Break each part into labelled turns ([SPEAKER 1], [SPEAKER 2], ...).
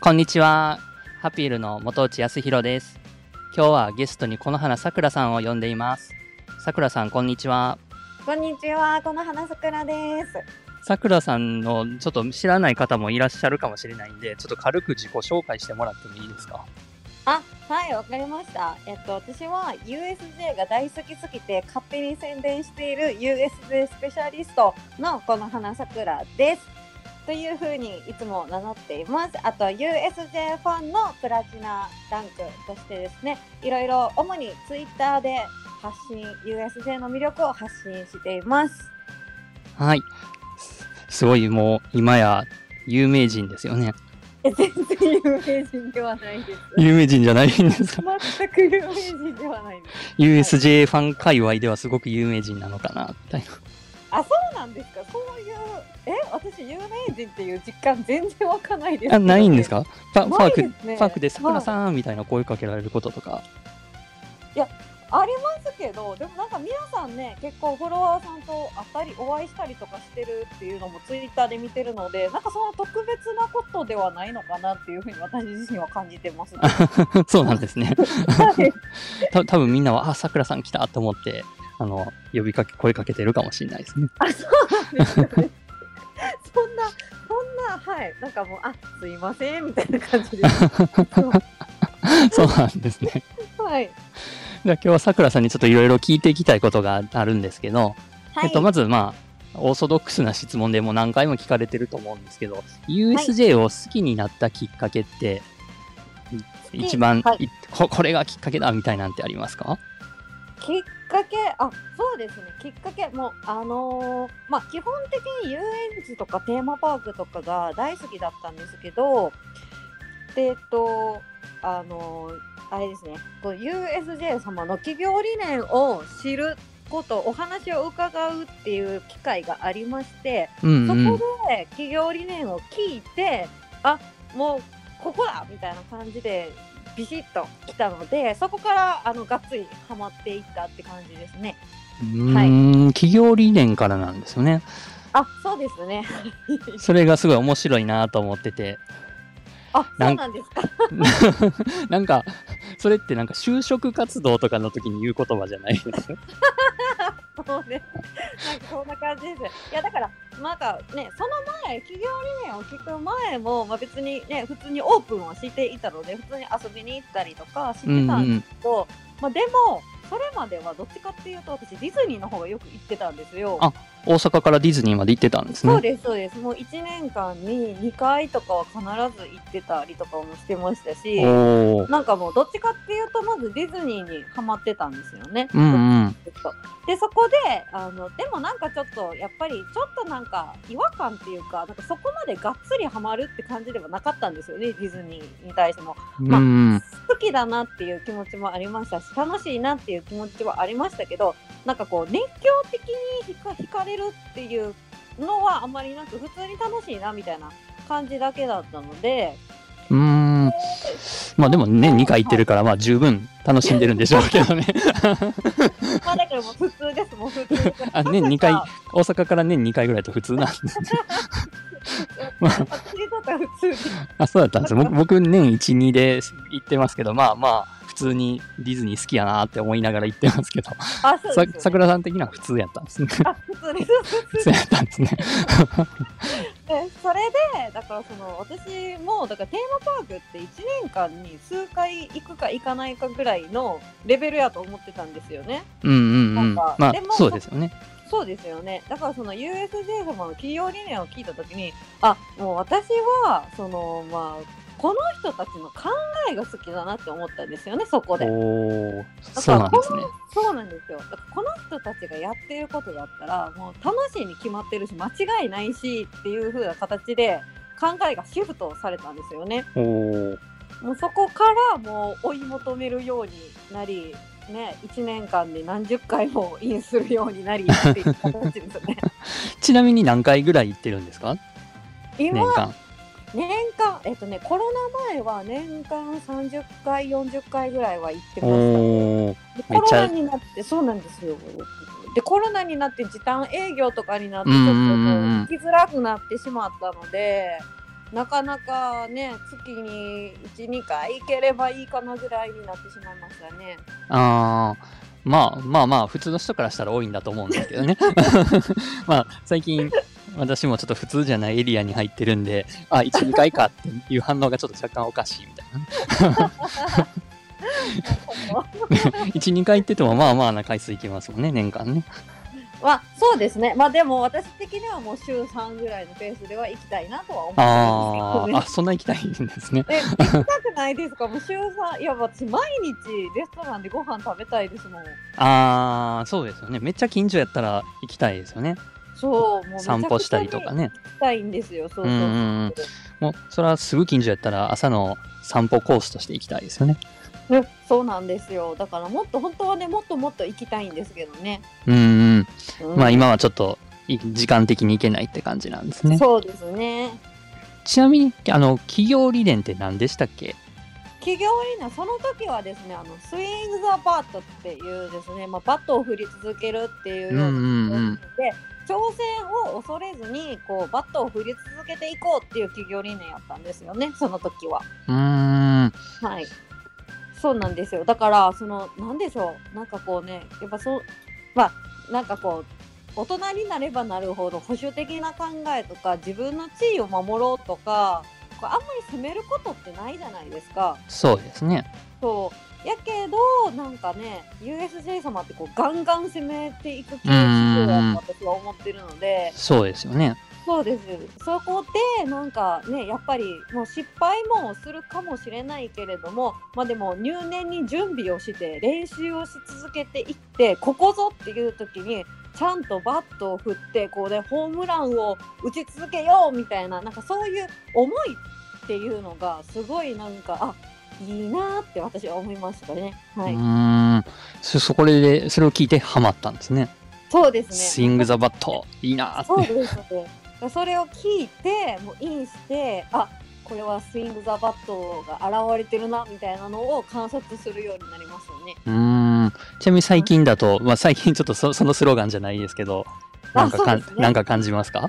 [SPEAKER 1] こんにちは。ハピールの元内康弘です。今日はゲストにこの花さくらさんを呼んでいます。さくらさん、こんにちは。
[SPEAKER 2] こんにちは、この花桜です。
[SPEAKER 1] さくらさんのちょっと知らない方もいらっしゃるかもしれないんで、ちょっと軽く自己紹介してもらってもいいですか
[SPEAKER 2] あ、はい、わかりました。えっと、私は USJ が大好きすぎて勝手に宣伝している USJ スペシャリストのこの花桜です。というふうにいつも名乗っています。あと、USJ ファンのプラチナランクとしてですね、いろいろ主に Twitter で発信、USJ の魅力を発信しています。
[SPEAKER 1] はい。すすごいもう、今や有名人ですよね。
[SPEAKER 2] え全然有名人ではないです。
[SPEAKER 1] 有名人じゃないんですか
[SPEAKER 2] 全く有名人ではないです。
[SPEAKER 1] ?USJ ファン界隈ではすごく有名人なのかな、みたいな。
[SPEAKER 2] あ、そうなんですか。そういう、え、私有名人っていう実感全然わかないです。
[SPEAKER 1] あ、ないんです
[SPEAKER 2] か。
[SPEAKER 1] かパパーク、
[SPEAKER 2] ないですね
[SPEAKER 1] パークでさくら
[SPEAKER 2] はい
[SPEAKER 1] さんみたいな声かけられることとか。
[SPEAKER 2] ありますけど、でもなんか皆さんね、結構フォロワーさんとあったり、お会いしたりとかしてるっていうのもツイッターで見てるので、なんかその特別なことではないのかなっていうふうに私自身は感じて ます、ね。
[SPEAKER 1] そうなんですね。
[SPEAKER 2] はい
[SPEAKER 1] た多分みんなは、あ、さくらさん来たと思って、あの、呼びかけ、声かけてるかもしれないですね。
[SPEAKER 2] あ、そうなんですよね。そんな、そんな、はい、なんかもう、あ、すいませんみたいな感じ です。
[SPEAKER 1] そうなんですね。
[SPEAKER 2] はい。
[SPEAKER 1] じゃあ今日はさくらさんにちょっといろいろ聞いていきたいことがあるんですけど、
[SPEAKER 2] はい。
[SPEAKER 1] えっと、まず、まあ、オーソドックスな質問でもう何回も聞かれてると思うんですけど、USJ を好きになったきっかけって、
[SPEAKER 2] き
[SPEAKER 1] 一番、
[SPEAKER 2] はい
[SPEAKER 1] いこ、これがきっかけだみたいなんてありますか
[SPEAKER 2] きっかけあそうですねきっかけもうあのーまあ基本的に遊園地とかテーマパークとかが大好きだったんですけどでえっとあのーあれですねこう USJ 様の企業理念を知ることお話を伺うっていう機会がありまして
[SPEAKER 1] うん
[SPEAKER 2] そ
[SPEAKER 1] うん
[SPEAKER 2] こ。で企業理念を聞いて、あもうここだみたいな感じでビシッと来たのでそこからあのがっつりハマっていったって感じですね。
[SPEAKER 1] うーん、企業理念からなんですよね。
[SPEAKER 2] あそうですね。
[SPEAKER 1] それがすごい面白いなと思ってて、
[SPEAKER 2] あ
[SPEAKER 1] なん
[SPEAKER 2] そうなんですか。
[SPEAKER 1] なんか、それってなんか就職活動とかの時に言う言葉じゃないですよ。
[SPEAKER 2] そうね。なんかこんな感じです。いやだからなんかねその前企業理念を聞く前もまあ別にね普通にオープンはしていたので普通に遊びに行ったりとかしてた
[SPEAKER 1] うん
[SPEAKER 2] ですけ
[SPEAKER 1] んう
[SPEAKER 2] ど。
[SPEAKER 1] ん。
[SPEAKER 2] とまあ、でもそれまではどっちかっていうと私ディズニーの方がよく行ってたんですよ。
[SPEAKER 1] あ大阪からディズニーまで行ってたんですね。
[SPEAKER 2] そうですそうですもう1年間に2回とかは必ず行ってたりとかもしてましたし
[SPEAKER 1] おお。
[SPEAKER 2] なんかもうどっちかっていうとまずディズニーにハマってたんですよね。
[SPEAKER 1] うんうん。
[SPEAKER 2] ずっとでそこであのでもなんかちょっとやっぱりちょっとなんか違和感っていうかなんかそこまでがっつりハマるって感じではなかったんですよねディズニーに対しても。まあ
[SPEAKER 1] うんうん。
[SPEAKER 2] 好きだなっていう気持ちもありましたし楽しいなっていう気持ちはありましたけどなんかこう熱狂的に惹か惹かれるっていうのはあんまりなく普通に楽しいなみたいな感じだけだった ので
[SPEAKER 1] うーん。まあでもね、2回行ってるから、まあ十分楽しんでるんでしょうけどね。
[SPEAKER 2] まあだからもう普通ですもう普通です
[SPEAKER 1] あね
[SPEAKER 2] まさか
[SPEAKER 1] 二回大阪から年2回ぐらいと普通なん で。
[SPEAKER 2] 私にとっては普通です
[SPEAKER 1] あ、そうだったんですよ。僕僕年1、2で行ってますけど、まあまあ、普通にディズニー好きやなって思いながら行ってますけど、
[SPEAKER 2] あそうです
[SPEAKER 1] さ
[SPEAKER 2] よね
[SPEAKER 1] 桜さん的には普通やったんですね。
[SPEAKER 2] あ普通です普
[SPEAKER 1] 普
[SPEAKER 2] 通
[SPEAKER 1] 通やったんですね。
[SPEAKER 2] でそれでだからその私もだからテーマパークって1年間に数回行くか行かないかぐらいのレベルやと思ってたんですよね。
[SPEAKER 1] うんうんうん。
[SPEAKER 2] なんか
[SPEAKER 1] まあ
[SPEAKER 2] でも、
[SPEAKER 1] そうですよね。
[SPEAKER 2] そうですよね。だからその USJ 様の企業理念を聞いたときに、あ、もう私は、その、まあ、この人たちの考えが好きだなって思ったんですよね、そこで。
[SPEAKER 1] おお、
[SPEAKER 2] だ
[SPEAKER 1] そ
[SPEAKER 2] か
[SPEAKER 1] う
[SPEAKER 2] ら
[SPEAKER 1] なんですね。
[SPEAKER 2] そうなんですよ。だからこの人たちがやってることだったら、もう楽しいに決まってるし、間違いないしっていう風な形で、考えがシフトされたんですよね。
[SPEAKER 1] おおー、
[SPEAKER 2] もうそこからもう追い求めるようになり、ね、1年間で何十回もインするようになりっていう形ですよね。
[SPEAKER 1] ちなみに何回ぐらい行ってるんですか
[SPEAKER 2] 今
[SPEAKER 1] 年間。
[SPEAKER 2] 年間えっとねコロナ前は年間30回40回ぐらいは行ってまし
[SPEAKER 1] おお、
[SPEAKER 2] たで
[SPEAKER 1] めっ
[SPEAKER 2] コロ
[SPEAKER 1] ちゃ
[SPEAKER 2] ナになってそうなんですよでコロナになって時短営業とかになって
[SPEAKER 1] う
[SPEAKER 2] ち
[SPEAKER 1] ん
[SPEAKER 2] ょっ
[SPEAKER 1] うん
[SPEAKER 2] と
[SPEAKER 1] うんうん
[SPEAKER 2] 行きづらくなってしまったのでなかなかね月に12回行ければいいかなぐらいになってしまいました ね。
[SPEAKER 1] あーまあまあまあ普通の人からしたら多いんだと思うんですけ どねまあ最近私もちょっと普通じゃないエリアに入ってるんであ12回かっていう反応がちょっと若干おかしいみたいな 12回行っててもまあまあな回数行きますもんね年間ね
[SPEAKER 2] まあそうですねまあでも私的にはもう週3ぐらいのペースでは行きたいなとは思
[SPEAKER 1] あ
[SPEAKER 2] っ
[SPEAKER 1] ー
[SPEAKER 2] てるん
[SPEAKER 1] あそんな行きたいんですね
[SPEAKER 2] ですけどね。え行きたくないですかもう週3いや私毎日レストランでご飯食べたいですもん。
[SPEAKER 1] ああそうですよねめっちゃ近所やったら行きたいですよね
[SPEAKER 2] そうもう
[SPEAKER 1] 散歩したりとか
[SPEAKER 2] ね。
[SPEAKER 1] ね
[SPEAKER 2] 行きたいんですよそうそう
[SPEAKER 1] う
[SPEAKER 2] そ
[SPEAKER 1] ん
[SPEAKER 2] う
[SPEAKER 1] うんうんもうそれはすぐ近所やったら朝の散歩コースとして行きたいですよね
[SPEAKER 2] えそうなんですよだからもっと本当はねもっともっと行きたいんですけどね。
[SPEAKER 1] うんうん
[SPEAKER 2] うん
[SPEAKER 1] まあ今はちょっとい時間的に行けないって感じなんですね。
[SPEAKER 2] そうですね。
[SPEAKER 1] ちなみにあの企業理念って何でしたっけ？
[SPEAKER 2] 企業理念その時はですねあのスイング・ザ・バットっていうですね、まあ、バットを振り続けるっていうような
[SPEAKER 1] うんうんうん
[SPEAKER 2] で挑戦を恐れずにこうバットを振り続けていこうっていう企業理念やったんですよねその時は。
[SPEAKER 1] うーん
[SPEAKER 2] はいそうなんですよだからそのなんでしょうなんかこうねやっぱそうまあなんかこう大人になればなるほど保守的な考えとか自分の地位を守ろうとかこうあんまり責めることってないじゃないですか。
[SPEAKER 1] そうですね。
[SPEAKER 2] そうやけどなんかね USJ 様ってこうガンガン攻めていく系企業だと私は思ってるので
[SPEAKER 1] そうですよね。
[SPEAKER 2] そうですそこでなんかねやっぱりもう失敗もするかもしれないけれどもまあでも入念に準備をして練習をし続けていってここぞっていう時にちゃんとバットを振ってこうねホームランを打ち続けようみたいななんかそういう思いっていうのがすごいなんかあいいなって私は思いましたね。はいう
[SPEAKER 1] ーんそそこでそれを聞いてハマったんですね。
[SPEAKER 2] そうですね。
[SPEAKER 1] スイングザバットいいな
[SPEAKER 2] そう
[SPEAKER 1] ーっ
[SPEAKER 2] で
[SPEAKER 1] て。
[SPEAKER 2] すそうですそれを聞いてもうインしてあこれはスイング・ザ・バットが現れてるなみたいなのを観察するようになりますよね。
[SPEAKER 1] うーんちなみに最近だと、まあ、最近ちょっとそそのスローガンじゃないですけどなんかか
[SPEAKER 2] あ
[SPEAKER 1] ん、
[SPEAKER 2] そうですね
[SPEAKER 1] なんか感じますか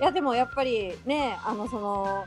[SPEAKER 2] いやでもやっぱりねあのその、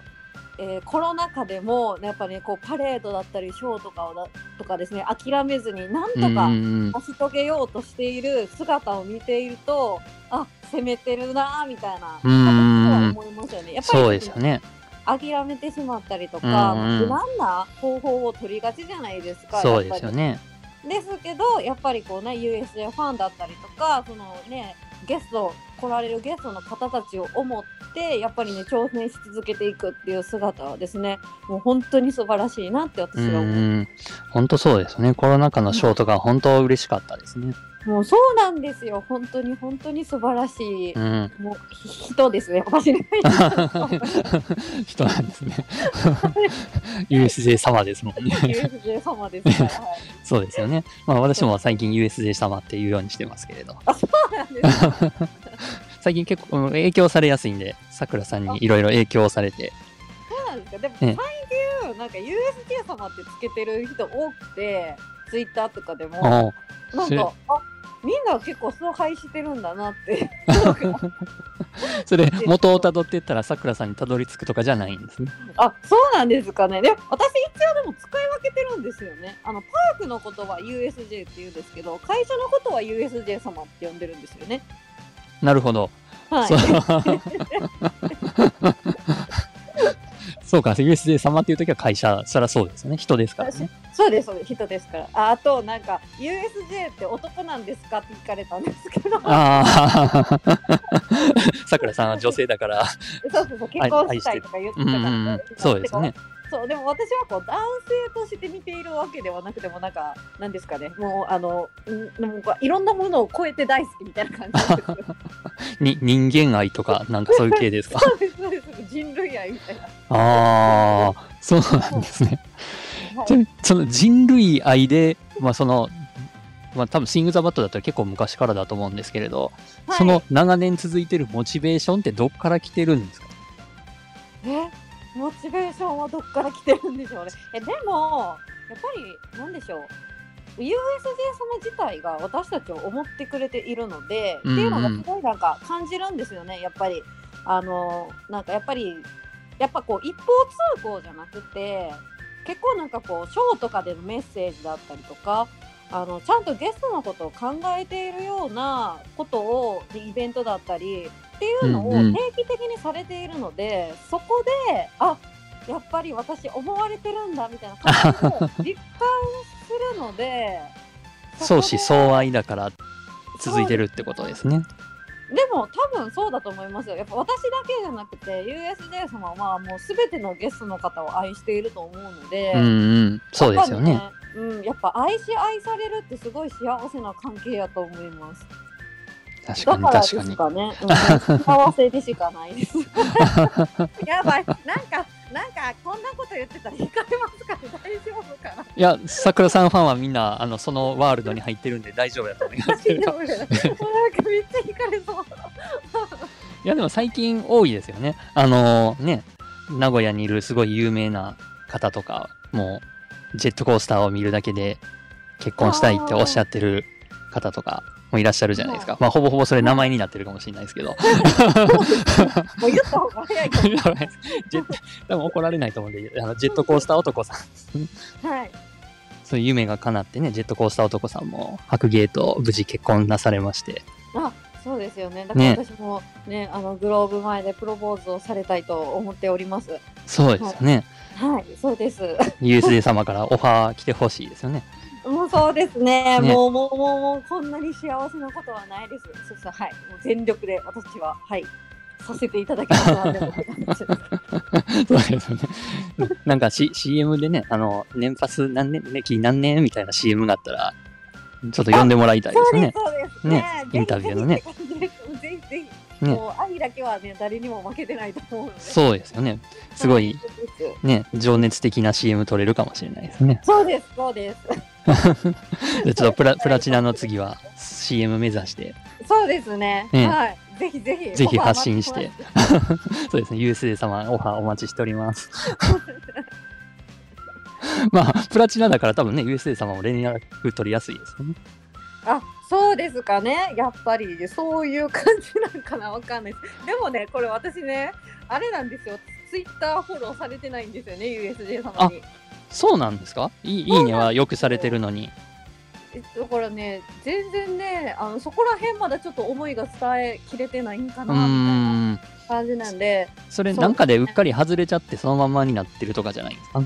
[SPEAKER 2] えーコロナ禍でもやっぱり、ね、こうパレードだったりショーとかをだとかですね諦めずになんと
[SPEAKER 1] うんう
[SPEAKER 2] か
[SPEAKER 1] ん
[SPEAKER 2] 成し遂げようとしている姿を見ているとあ攻めてるなみたいな
[SPEAKER 1] うん
[SPEAKER 2] なんかそうは思いますよね。やっぱり
[SPEAKER 1] そうですよね。
[SPEAKER 2] 諦めてしまったりとか、
[SPEAKER 1] うんうん
[SPEAKER 2] 無難な方法を取りがちじゃないですか。
[SPEAKER 1] そうですよ
[SPEAKER 2] やっ
[SPEAKER 1] ね。
[SPEAKER 2] ぱりですけど、やっぱりこうね、USJ ファンだったりとか、そのね、ゲスト、来られるゲストの方たちを思って、やっぱりね、挑戦し続けていくっていう姿はですね、もう本当に素晴らしいなって私
[SPEAKER 1] うん
[SPEAKER 2] は
[SPEAKER 1] う
[SPEAKER 2] 思う。
[SPEAKER 1] ん本当そうですね。コロナ禍のショートが本当嬉しかったですね。
[SPEAKER 2] もうそうなんですよ。本当に本当に素晴らしい。
[SPEAKER 1] うん。
[SPEAKER 2] もうひ人ですね、私ね。
[SPEAKER 1] 人なんですね。USJ 様ですもん ね。
[SPEAKER 2] USJ 様ですから。はい
[SPEAKER 1] そうですよね。まあ私も最近 USJ 様っていうようにしてますけれど。
[SPEAKER 2] あ、そうなんですか。
[SPEAKER 1] 最近結構うん影響されやすいんで、さくらさんにいろいろ影響されて。
[SPEAKER 2] そうなんですか。でも
[SPEAKER 1] ええ
[SPEAKER 2] 最近なんか USJ 様ってつけてる人多くて、ツイッターとかでも
[SPEAKER 1] おう
[SPEAKER 2] な
[SPEAKER 1] そ
[SPEAKER 2] ん
[SPEAKER 1] れ
[SPEAKER 2] かあみんな結構崇拝してるんだなって。
[SPEAKER 1] それ元をたどっていったらさくらさんにたどり着くとかじゃないんですね。
[SPEAKER 2] あ、そうなんですかね。で、私一応でも使い分けてるんですよね。あのパークのことは USJ って言うんですけど、会社のことは USJ 様って呼んでるんですよね。
[SPEAKER 1] なるほど。
[SPEAKER 2] はい
[SPEAKER 1] そうそう か、USJ 様っていう時は会社、そりゃそうですよね。人ですからね。
[SPEAKER 2] そうですそうです人ですからああとなんか USJ って男なんですかって聞かれたんですけど
[SPEAKER 1] ああ、 さくらさんは女 性だから。
[SPEAKER 2] そうそうそう結婚したいとか言って
[SPEAKER 1] う
[SPEAKER 2] た
[SPEAKER 1] んう
[SPEAKER 2] か
[SPEAKER 1] んう
[SPEAKER 2] ら
[SPEAKER 1] ん、そうですね。
[SPEAKER 2] そうでも私はこう男性として見ているわけではなくてもなんかなんですかねもうあのんもうこういろんなものを超えて大好きみたいな感じなんですけ ど
[SPEAKER 1] に人間愛とか、なんかそういう系です か。
[SPEAKER 2] そうですそうです人類愛みたい な、
[SPEAKER 1] ああ、そうなんですね。
[SPEAKER 2] は
[SPEAKER 1] ちないみにその人類愛で、まあその、まあ多分シング・ザ・バットだったら結構昔からだと思うんですけれど、そ
[SPEAKER 2] は
[SPEAKER 1] の長年続いてるモチベーションってどっから来てるんですか
[SPEAKER 2] いえモチベーションはどっから来てるんでしょうねえでもやっぱりなんでしょう USJ 様自体が私たちを思ってくれているので、
[SPEAKER 1] うんうん
[SPEAKER 2] っていうのがすごいなんか感じるんですよねやっぱりあのなんかやっぱりやっぱこう一方通行じゃなくて結構なんかこうショーとかでのメッセージだったりとかあのちゃんとゲストのことを考えているようなことをでイベントだったりっていうのを
[SPEAKER 1] うんうん
[SPEAKER 2] 定期的にされているので、そこであやっぱり私思われてるんだみたいな感 じを実感するので
[SPEAKER 1] 相思
[SPEAKER 2] う
[SPEAKER 1] 相愛だから続いてるってことですね。
[SPEAKER 2] でも多分そうだと思いますよ。やっぱ私だけじゃなくて USJ 様はもう全てのゲストの方を愛していると思うので、
[SPEAKER 1] うんうん、そうですよ
[SPEAKER 2] や
[SPEAKER 1] ね。
[SPEAKER 2] っぱりねうん、やっぱ愛し愛されるってすごい幸せな関係やと思います。
[SPEAKER 1] 確かに
[SPEAKER 2] だからで
[SPEAKER 1] 確か
[SPEAKER 2] す
[SPEAKER 1] に。
[SPEAKER 2] かね。うん、幸せでし かないです。やばい。なんかなんかこんなこと言ってたら引かれますから大丈夫かな。
[SPEAKER 1] いや、桜さんファンはみんなあのそのワールドに入ってるんで大丈夫だと思い ますけ
[SPEAKER 2] 大
[SPEAKER 1] ど。
[SPEAKER 2] 丈夫かな。なんかめっちゃ引かれそう。
[SPEAKER 1] いやでも最近多いですよね。あのね、名古屋にいるすごい有名な方とか、もうジェットコースターを見るだけで結婚したいっておっしゃってる方とかもいらっしゃるじゃないですか。まあほぼほぼそれ名前になってるかもしれないですけ ど。
[SPEAKER 2] もう言った方が早いか
[SPEAKER 1] ジェット多分怒られないと思うんで、あのジェットコースター男さん。
[SPEAKER 2] も。はい。
[SPEAKER 1] そういう夢が叶ってね、ジェットコースター男さんも白芸と無事結婚なされまして。
[SPEAKER 2] あそうですよね。だから私もねあのグローブ前でプロポーズをされたいと思っております。
[SPEAKER 1] そうですよね。
[SPEAKER 2] はい、そうです。
[SPEAKER 1] USJ 様からオファー来てほしいですよね。
[SPEAKER 2] もうそうですね。
[SPEAKER 1] ね
[SPEAKER 2] もうもうもうもうこんなに幸せなことはないです。そうそうはい、もう全力で私ははいさせていただきますので。
[SPEAKER 1] そうですよね。 なんか、C、CM でね、あの、年パス何年、ね、期何年みたいな CM があったら、ちょっと呼んでもらいたいで
[SPEAKER 2] そう
[SPEAKER 1] す
[SPEAKER 2] です
[SPEAKER 1] ね。
[SPEAKER 2] そうです。
[SPEAKER 1] ね
[SPEAKER 2] ぜひ
[SPEAKER 1] インタビューのね。
[SPEAKER 2] ぜひぜひ。
[SPEAKER 1] ね
[SPEAKER 2] もう愛だけはね誰にも負けてないと思うので。
[SPEAKER 1] そうですよね。すごい
[SPEAKER 2] は。そうです
[SPEAKER 1] ね、情熱的な CM 撮れるかもしれないですね。
[SPEAKER 2] そうですそうです。
[SPEAKER 1] でちょっとプラプラチナの次は CM 目指して、
[SPEAKER 2] そうですね。
[SPEAKER 1] ね
[SPEAKER 2] はい。ぜひぜひ。
[SPEAKER 1] ぜひ発信して
[SPEAKER 2] オファー待ってます
[SPEAKER 1] そうですね、USJ 様オファーお待ちしております。 まあ、プラチナだから多分ね、USJ 様も連絡取りやすいですよね。
[SPEAKER 2] あそうですかねやっぱりそういう感じなんかなわかんないですでもねこれ私ねあれなんですよツイッターフォローされてないんですよね USJ 様に
[SPEAKER 1] そうなんですかいいいいねはよくされてるのに。
[SPEAKER 2] えだからね全然ねあのそこら辺まだちょっと思いが伝えきれてないんか
[SPEAKER 1] う
[SPEAKER 2] なみたいな
[SPEAKER 1] ーん。
[SPEAKER 2] 感じなんで
[SPEAKER 1] それ
[SPEAKER 2] そう
[SPEAKER 1] なんかでうっかり外れちゃってそのままになってるとかじゃないんですか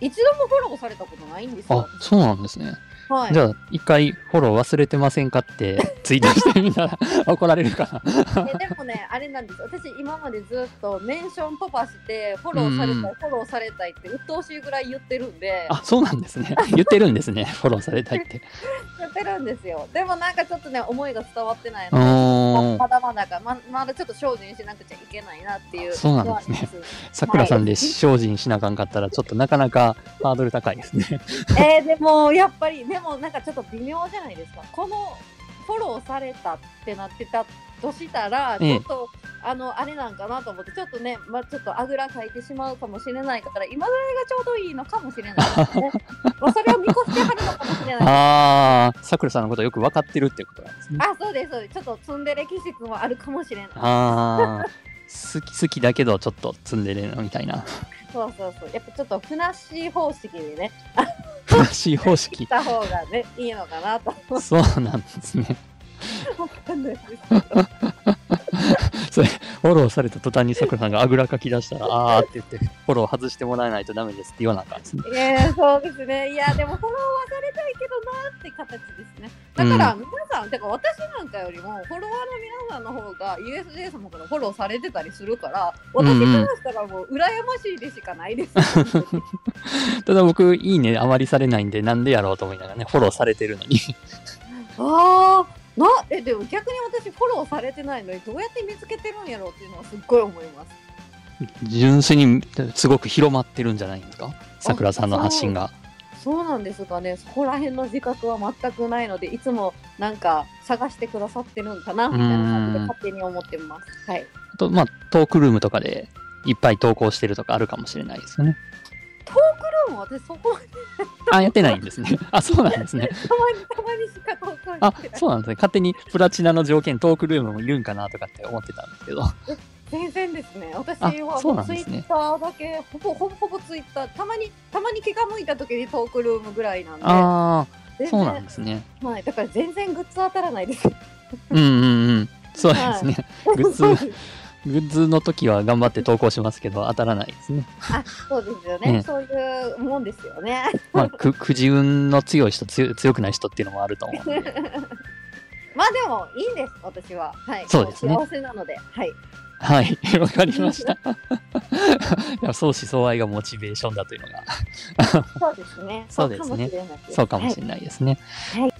[SPEAKER 2] 一度もフォローされたことないんですよ
[SPEAKER 1] あそうなんですね、
[SPEAKER 2] はい
[SPEAKER 1] じゃあ一回フォロー忘れてませんかって ツイートしてみたら怒られるかな
[SPEAKER 2] えでもね、あれなんです。私、今までずっとメンション飛ばして、フォローされたい、
[SPEAKER 1] うんうん
[SPEAKER 2] フォローされたいって、鬱陶しいぐらい言ってるんで、
[SPEAKER 1] あそうなんですね言ってるんですねフォローされたい って
[SPEAKER 2] 言ってるんですよ。でもなんかちょっとね、思いが伝わってないので、
[SPEAKER 1] お
[SPEAKER 2] まだまだかままだちょっと精進しなくちゃいけないなっていう
[SPEAKER 1] そうなんですね
[SPEAKER 2] そうなんです
[SPEAKER 1] さくらさんで精進しなあかんかったらちょっとなかなかハードル高いですね
[SPEAKER 2] えーでもやっぱりでもなんかちょっと微妙じゃないですかこのフォローされたってなってたとしたら
[SPEAKER 1] え
[SPEAKER 2] ち
[SPEAKER 1] え
[SPEAKER 2] ょっと、あのあれなんかなと思ってちょっとね、まあ、ちょっとあぐらかいてしまうかもしれないから今ぐらいがちょうどいいのかもしれないです ねまあそれを見越してはるのかもしれない
[SPEAKER 1] ああさくらさんのことよく分かってるってことなんですね
[SPEAKER 2] あそうですそうですちょっとツンデレ気質もあるかもしれない
[SPEAKER 1] ああ好き好きだけどちょっとツンデレなみたいな
[SPEAKER 2] そうそうそうやっぱちょっとふなっしー方式でね
[SPEAKER 1] ふなっしー方
[SPEAKER 2] 切
[SPEAKER 1] 式
[SPEAKER 2] った方がねいいのかなと
[SPEAKER 1] そうなんですね
[SPEAKER 2] わかんないですけど
[SPEAKER 1] フォローされた途端にさくらさんがあぐらかき出したら、あーって言って、フォロー外してもらわないとダメですって言わなあかんですね。
[SPEAKER 2] ええそうですね。いや、でもフォローはされたいけどなーって形ですね。だから、皆さん、てか私なんかよりも、フォロワーの皆さんの方が、USJ 様からフォローされてたりするから、私からしたらもう、羨ましいでしかないです。
[SPEAKER 1] ただ僕、いいね、あまりされないんで、なんでやろうと思いながらね、フォローされてるのに。
[SPEAKER 2] ああ、な、え、でも逆に私、フォローされてないのに、どうやって見つけてるんやろうっていうのは、すっごい思います。
[SPEAKER 1] 純粋に、すごく広まってるんじゃないんですかさくらさんの発信が。
[SPEAKER 2] そうなんですかね、そこら辺の自覚は全くないので、いつもなんか探してくださってるんかなみたいな感じで
[SPEAKER 1] うん
[SPEAKER 2] 勝手に思ってます。はい。
[SPEAKER 1] あと、まあ、トークルームとかで、いっぱい投稿してるとかあるかもしれないですよね。
[SPEAKER 2] でも私そこまで
[SPEAKER 1] あ、やってないんですね。 あ、そうなんですね。
[SPEAKER 2] たまにたまにしか投稿
[SPEAKER 1] あ
[SPEAKER 2] して、ない。
[SPEAKER 1] そうなんですね。勝手にプラチナの条件、トークルームもいるんかなとかって思ってたんですけど。
[SPEAKER 2] 全然ですね。私
[SPEAKER 1] あ
[SPEAKER 2] は
[SPEAKER 1] そう
[SPEAKER 2] も
[SPEAKER 1] な
[SPEAKER 2] うんツ
[SPEAKER 1] で
[SPEAKER 2] イッ
[SPEAKER 1] すね
[SPEAKER 2] ターだけ、ほぼほぼほぼツイッター、たまにたまに気が向いた時にトークルームぐらいなんで、
[SPEAKER 1] ああ、
[SPEAKER 2] 全然
[SPEAKER 1] そうなんですね。
[SPEAKER 2] はい、だから全然グッズ当たらないです。
[SPEAKER 1] うんうんうん。そうですね。グッズ
[SPEAKER 2] そうです
[SPEAKER 1] グッズの時は頑張って投稿しますけど、当たらないですね。
[SPEAKER 2] そうですよね。
[SPEAKER 1] ね
[SPEAKER 2] そういうもんですよね。
[SPEAKER 1] まあ、く、くじ運の強い人、強強くない人っていうのもあると思う。
[SPEAKER 2] まあでもいいんです。私は、はい、
[SPEAKER 1] そうですね
[SPEAKER 2] 幸せなので、はい。
[SPEAKER 1] はい、わかりました。 いや相思相愛がモチベーションだというのが、
[SPEAKER 2] そうですね。
[SPEAKER 1] そうですね
[SPEAKER 2] そうかも
[SPEAKER 1] そうかも
[SPEAKER 2] しれない
[SPEAKER 1] しれないですね。
[SPEAKER 2] はい